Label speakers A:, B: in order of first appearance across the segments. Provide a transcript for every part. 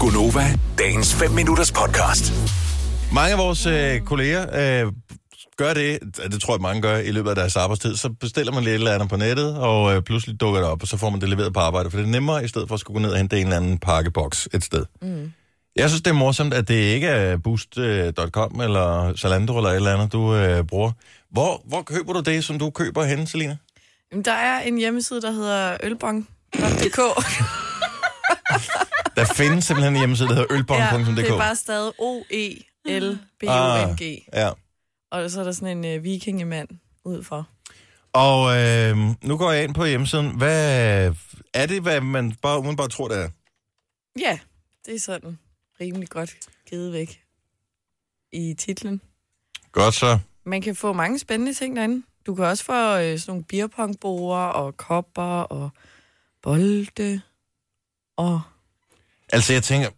A: Gunova, dagens 5 minutters podcast.
B: Mange af vores øh, kolleger øh, gør det, og det tror jeg mange gør i løbet af deres arbejdstid, så bestiller man lidt eller andet på nettet, og øh, pludselig dukker det op, og så får man det leveret på arbejde, for det er nemmere, i stedet for at skulle gå ned og hente en eller anden pakkeboks et sted. Mm. Jeg synes, det er morsomt, at det ikke er boost.com eller Zalando eller et eller andet, du øh, bruger. Hvor, hvor køber du det, som du køber henne, Selina?
C: Jamen, der er en hjemmeside, der hedder ølbong.dk.
B: Der findes simpelthen en hjemmeside, der hedder ølbong.dk.
C: det er bare stadig E O-E-L-B-O-N-G.
B: ja.
C: Og så er der sådan en øh, vikingemand ud for.
B: Og øh, nu går jeg ind på hjemmesiden. Hvad er det, hvad man bare umiddelbart tror, det er?
C: Ja, det er sådan rimelig godt givet væk i titlen.
B: Godt så.
C: Man kan få mange spændende ting derinde. Du kan også få øh, sådan nogle beerpongbord og kopper og bolde og...
B: Altså, jeg tænker...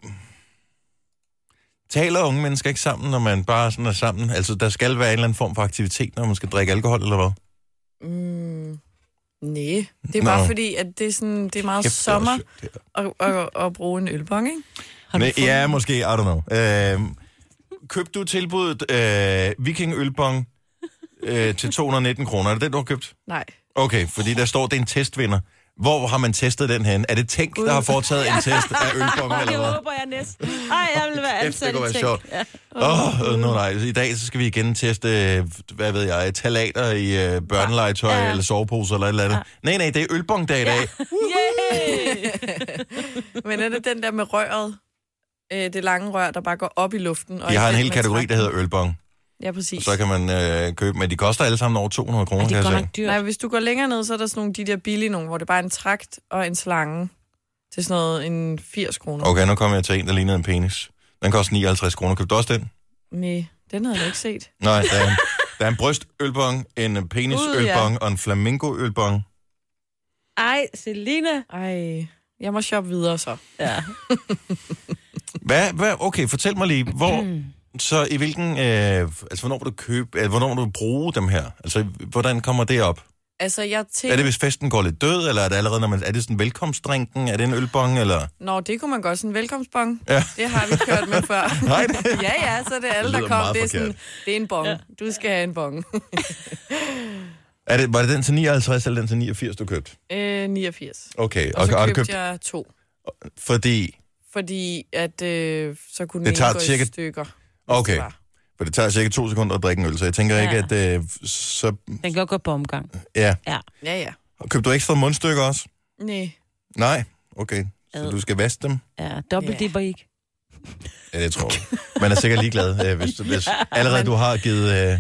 B: Taler unge mennesker ikke sammen, når man bare sådan er sammen? Altså, der skal være en eller anden form for aktivitet, når man skal drikke alkohol, eller hvad?
C: Mm, nej, det er bare
B: Nå.
C: fordi, at det er, sådan, det er meget
B: Kæft, det er
C: sommer
B: også sjovt, det her.
C: at, at, at, bruge en ølbong, ikke?
D: Har du
B: Men,
D: fundet
B: ja, måske. I don't know. Øh, købte du tilbuddet øh, Viking Ølbong øh, til 219 kroner? Er det den, du har købt?
C: Nej.
B: Okay, fordi der står, det er en testvinder. Hvor har man testet den hen? Er det Tænk, der har foretaget en test af ølbong, eller
D: Det
B: hvad?
D: håber jeg næsten. Ej, jeg vil være
B: Kæft, det
D: ansat
B: kunne
D: i
B: være
D: Tænk.
B: sjovt. Åh, oh, no, nej. I dag så skal vi igen teste, øh, hvad ved jeg, talater i øh, børnelegetøj ja.
D: Ja.
B: eller soveposer eller et eller andet. Nej, nej, det er ølbongdag i dag.
D: Yay!
C: Men er det den der med røret? Øh, det lange rør, der bare går op i luften. Og
B: De
C: er
B: har en
C: den,
B: hel
C: man
B: kategori, der
C: trækker.
B: hedder ølbong.
C: Ja, præcis.
B: Så kan man øh, købe, men de koster alle sammen over 200 kroner,
D: Ej,
B: kan
D: det er
B: jeg
D: godt
B: sige.
D: nok dyrt.
C: Nej, hvis du går længere ned, så er der sådan nogle de der billige nogle, hvor det bare er en trakt og en slange. Til sådan noget en 80 kroner.
B: Okay, nu kommer jeg til en, der ligner en penis. Den koster 59 kroner. Købte du også den?
C: Nej, den havde jeg da ikke set.
B: Nej, der er en, der er en brystølbong, en penisølbong og en flamingoølbong.
D: Ej, Selina.
C: Ej, jeg må shoppe videre så.
D: Ja.
B: Hvad, hvad, okay, fortæl mig lige, hvor, så i hvilken, øh, altså hvornår vil du købe, øh, hvornår vil du bruge dem her? Altså, hvordan kommer det op?
C: Altså, jeg tænkte...
B: Er det, hvis festen går lidt død, eller er det allerede, når man, er det sådan velkomstdrinken, er det en ølbong, eller?
C: Nå, det kunne man godt. Sådan en velkomstbong.
B: Ja.
C: Det har vi kørt med før.
B: Nej, det-
C: ja, ja, så er det alle,
B: Det
C: der
B: lyder
C: kom.
B: meget
C: Det er,
B: forkert.
C: sådan, det er en bong. Ja. Du skal have en bong.
B: Er det, var det den til 59, eller den til 89, du købte?
C: øh, 89.
B: Okay,
C: Og så
B: har du
C: købte
B: købt,
C: jeg to.
B: fordi,
C: Fordi at øh, så kunne
B: Det
C: det
B: tager
C: tager gå
B: cirka-
C: i stykker. hvis
B: Okay.
C: det var.
B: for det tager cirka to sekunder at drikke en øl, så jeg tænker
D: Ja.
B: ikke, at øh, så,
D: Den kan godt gå på omgang.
B: ja.
C: Ja, ja.
B: Og Købte du ekstra mundstykker også?
C: Nej.
B: Nej, okay. Så
D: Ad.
B: du skal vaske dem?
D: Ja, dobbelt
C: Ja.
D: dipper ikke.
B: Ja, det tror jeg. Man er sikkert ligeglad, øh, hvis, hvis allerede du har givet, øh,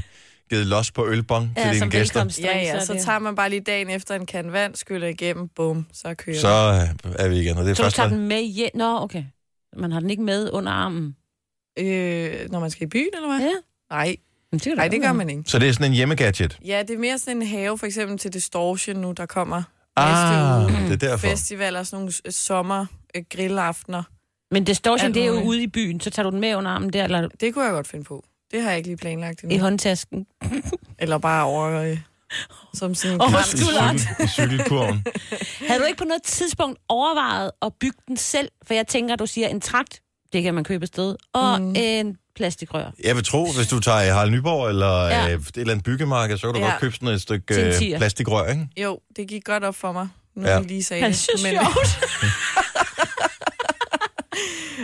B: givet los på ølbong til dine gæster.
C: Ja, ja, så
D: det-
C: tager man bare lige dagen efter en kan vand, skyller igennem, bum, så kører
B: Så
C: vi.
B: øh, er vi igen, og det er
D: Så du
B: første...
D: tager den med hjem? Nå, okay. Man har den ikke med under armen.
C: øh, Når man skal i byen, eller hvad?
D: Ja.
C: Nej,
D: Men det, kan du
C: nej,
D: godt
C: det gør
D: være.
C: man ikke.
B: Så det er sådan en hjemmegadget?
C: Ja, det er mere sådan en have, for eksempel til Distortion nu, der kommer
B: Ah,
C: næste uge.
B: det er derfor.
C: Festivaler, sådan nogle øh, sommer øh, grillaftener.
D: Men det står
C: Alt
D: sådan, det er jo
C: muligt.
D: ude i byen. Så tager du den med under armen der, eller
C: Det kunne jeg godt finde på. Det har jeg ikke lige planlagt
D: i
C: endnu.
D: håndtasken.
C: Eller bare over... Øh, som sådan en
D: Over
C: kram.
B: I cykel- I cykelkurven.
D: Havde du ikke på noget tidspunkt overvejet at bygge den selv? For jeg tænker, du siger en trakt, det kan man købe et sted, og mm. en plastikrør
B: Jeg vil tro, hvis du tager øh, Harald Nyborg eller ja.
D: Ja.
B: et eller andet byggemarked, så kan du ja.
C: Ja.
B: godt købe sådan et stykke
D: Til en
B: øh,
D: tier.
B: plastikrør, ikke?
C: Jo, det gik godt op for mig, nu
B: Ja.
C: ja. lige sagde
D: Han
C: det.
D: synes sjovt.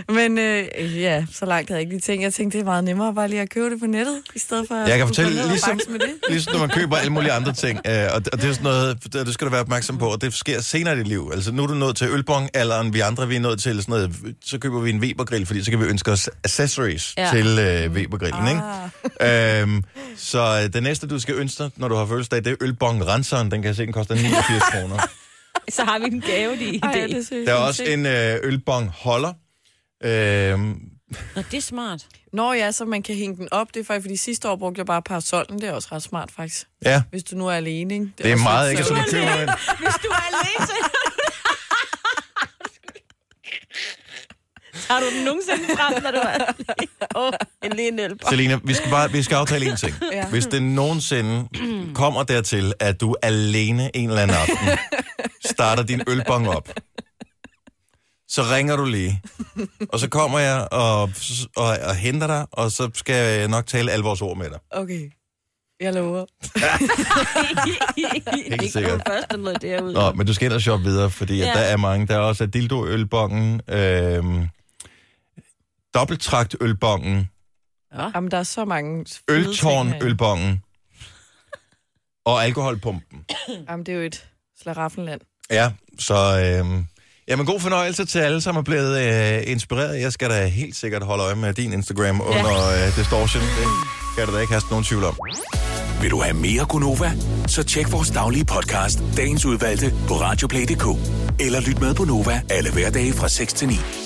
C: men øh, ja, så langt havde jeg ikke lige tænkt. Jeg tænkte, det er meget nemmere bare lige at købe det på nettet, i stedet for at
B: Jeg kan
C: skulle
B: fortælle,
C: gå ned og
B: ligesom-
C: bakse med det.
B: Ligesom når man køber alle mulige andre ting. Øh, og, og det er sådan noget, det det skal du være opmærksom på, og det sker senere i dit liv. Altså nu er du nået til ølbong-alderen, vi andre vi er nået til sådan noget, så køber vi en Webergrill, fordi så kan vi ønske os accessories ja.
D: Ja. Ah.
B: til øh, Webergrillen,
C: Ah,
B: ikke? Øhm, så øh, det næste, du skal ønske dig, når du har fødselsdag, det er ølbong-renseren. Den kan jeg se, den koster 89 kroner.
D: Så har vi en gave i
C: Ej, ja, det
D: det.
C: er seriøst
B: Der er
C: en
B: også
C: ting.
B: en øh, ølbong-holder. Øhm,
D: Nå, det er smart.
C: Nå ja, så man kan hænge den op. Det er faktisk, fordi sidste år brugte jeg bare parasollen. Det er også ret smart, faktisk.
B: ja,
C: Hvis du nu er alene, ikke?
B: det er
C: også
B: meget
C: lidt
B: ikke at skulle
C: sørgeligt.
B: købe en.
D: Hvis du er alene, så... Har du den nogensinde frem, når du er alene? Åh, oh, en lille hjælp.
B: Selina, vi skal bare vi skal aftale en ting. ja.
C: Ja.
B: Hvis det nogensinde kommer dertil, at du alene en eller anden aften starter din ølbong op, så ringer du lige. og så kommer jeg og, og, og henter dig, og så skal jeg nok tale alle vores ord med dig.
C: Okay. Jeg lover.
B: Helt sikkert.
D: først, der lød det ud.
B: Nå, men du skal ellers shoppe videre, fordi ja.
D: Ja.
B: der er mange. Der er også dildo-ølbongen, øhm, dobbelttragt-ølbongen,
C: Jamen, der er så mange fede ting herinde.
B: øltårn-ølbongen og alkoholpumpen.
C: Jamen, det er jo et slaraffenland.
B: Ja, så... Øhm, jamen, god fornøjelse til alle, som er blevet øh, inspireret. Jeg skal da helt sikkert holde øje med din Instagram under øh, Distortion. Det kan du da ikke have nogen tvivl om.
A: Vil du have mere Gunova? Så tjek vores daglige podcast, dagens udvalgte, på radioplay.dk. Eller lyt med på Nova alle hverdage fra 6 til 9.